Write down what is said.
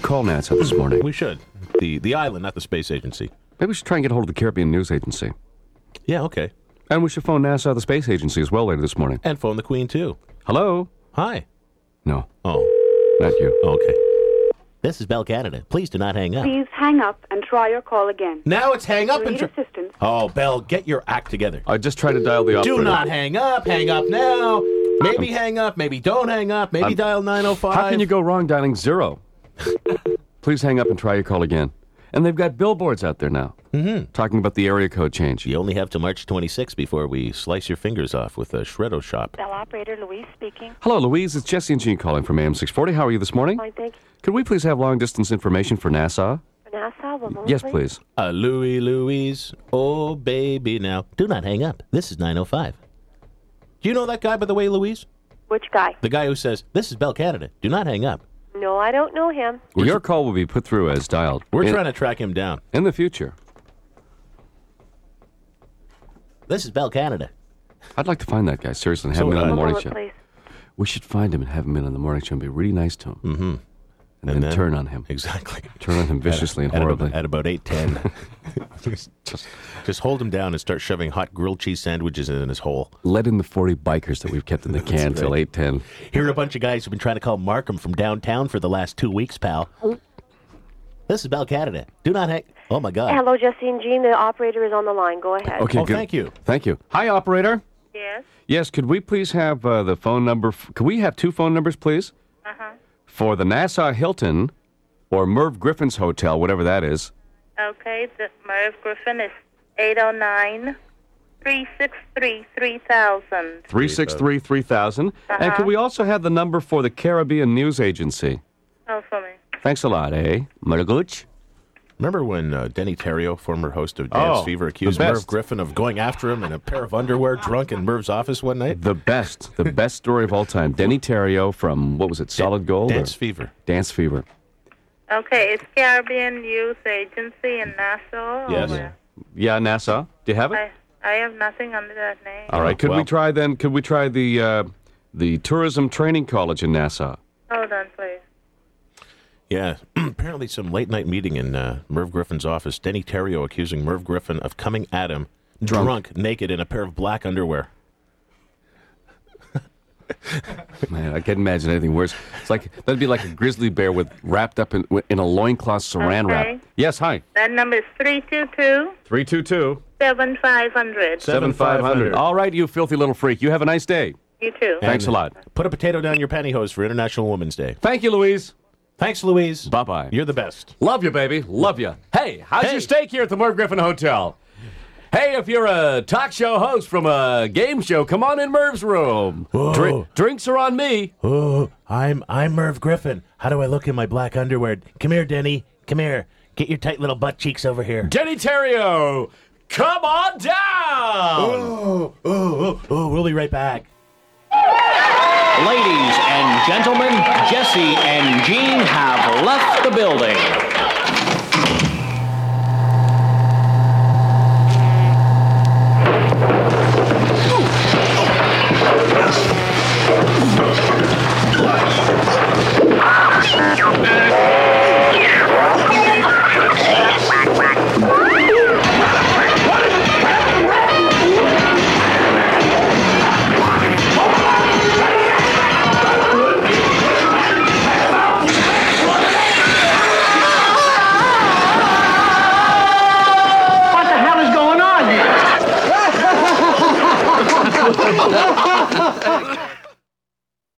call NASA this morning. We should. The the island, not the space agency. Maybe we should try and get hold of the Caribbean News Agency. Yeah, okay. And we should phone NASA, the space agency, as well later this morning. And phone the Queen too. Hello? Hi. No, Oh, not you. okay. This is Bell Canada. Please do not hang up. Please hang up and try your call again. Now it's hang up and. Need Tr- assistance. oh, Bell, get your act together. I just tried to dial the operator. Do not hang up. Hang up now. Maybe hang up. Maybe don't hang up. Maybe I'm- dial 905. How can you go wrong dialing zero? Please hang up and try your call again. And they've got billboards out there now mm-hmm. talking about the area code change. You only have till March 26 before we slice your fingers off with a shredder shop. Bell operator Louise speaking. Hello, Louise. It's Jesse and Jean calling from AM 640. How are you this morning? Fine, thank you. Could we please have long distance information for NASA? For NASA, one moment, Yes, please. Uh, Louie, Louise, oh baby, now do not hang up. This is 905. Do you know that guy by the way, Louise? Which guy? The guy who says this is Bell Canada. Do not hang up. No, I don't know him. Your call will be put through as dialed. We're in, trying to track him down. in the future. This is Bell Canada. I'd like to find that guy seriously and have So him in would on the I. One morning show. moment, please. We should find him and have him in on the morning show and be really nice to him. Mm-hmm. And, then, then- turn on him. Exactly. Turn on him viciously and At about- horribly. At about, 810. just, just- just hold him down and start shoving hot grilled cheese sandwiches in his hole. Let in the 40 bikers that we've kept in the can till 810. Here are a bunch of guys who've been trying to call Markham from downtown for the last two weeks, pal. This is Bell Canada. Do not hang. Oh my God. Hello, Jesse and Jean. The operator is on the line. Go ahead. Okay, Oh, good. thank you. Thank you. Hi, operator. Yes. Yes, could we please have uh, the phone number? F- could we have two phone numbers, please? Uh-huh. For the Nassau Hilton or Merv Griffin's Hotel, whatever that is. Okay, the Merv Griffin is 809 363 3000. 363 3000. And could we also have the number for the Caribbean News Agency? Oh, for me. Thanks a lot, eh? Marguch? Remember when uh, Denny Terrio, former host of Dance Oh, Fever, the accused Merv best. Griffin of going after him in a pair of underwear drunk in Merv's office one night? The best, the best story of all time. Denny Terrio from, what was it, Solid Gold? or- Dance Fever. Dance Fever. Okay, it's Caribbean News Agency in Nassau. or Yes. where? Yeah, Nassau. Do you have it? I, I have nothing under that name. all right. Could Well- we try then? Could we try the uh, the Tourism Training College in Nassau? Hold on, please. Yeah. Apparently, some late night meeting in uh, Merv Griffin's office. Denny Terrio accusing Merv Griffin of coming at him drunk, naked, in a pair of black underwear. Man, I can't imagine anything worse. It's like that'd be like a grizzly bear with wrapped up in, in a loincloth saran Okay. wrap. Yes, hi. That number is 322 Three two two 7500. seven five hundred. All right, you filthy little freak. You have a nice day. You too. Thanks a lot. Put a potato down your pantyhose for International Women's Day. Thank you, Louise. Thanks, Louise. Bye-bye. You're the best. Love you, baby. Love you. Hey, how's Hey. your steak here at the Merv Griffin Hotel? Hey, if you're a talk show host from a game show, come on in Merv's room. Dri- drinks are on me. Oh, I'm I'm Merv Griffin. How do I look in my black underwear? Come here, Denny. Come here. Get your tight little butt cheeks over here. Denny Terrio, come on down. Oh, oh, oh, oh, we'll be right back. Ladies and gentlemen, Jesse and Jean have left the building.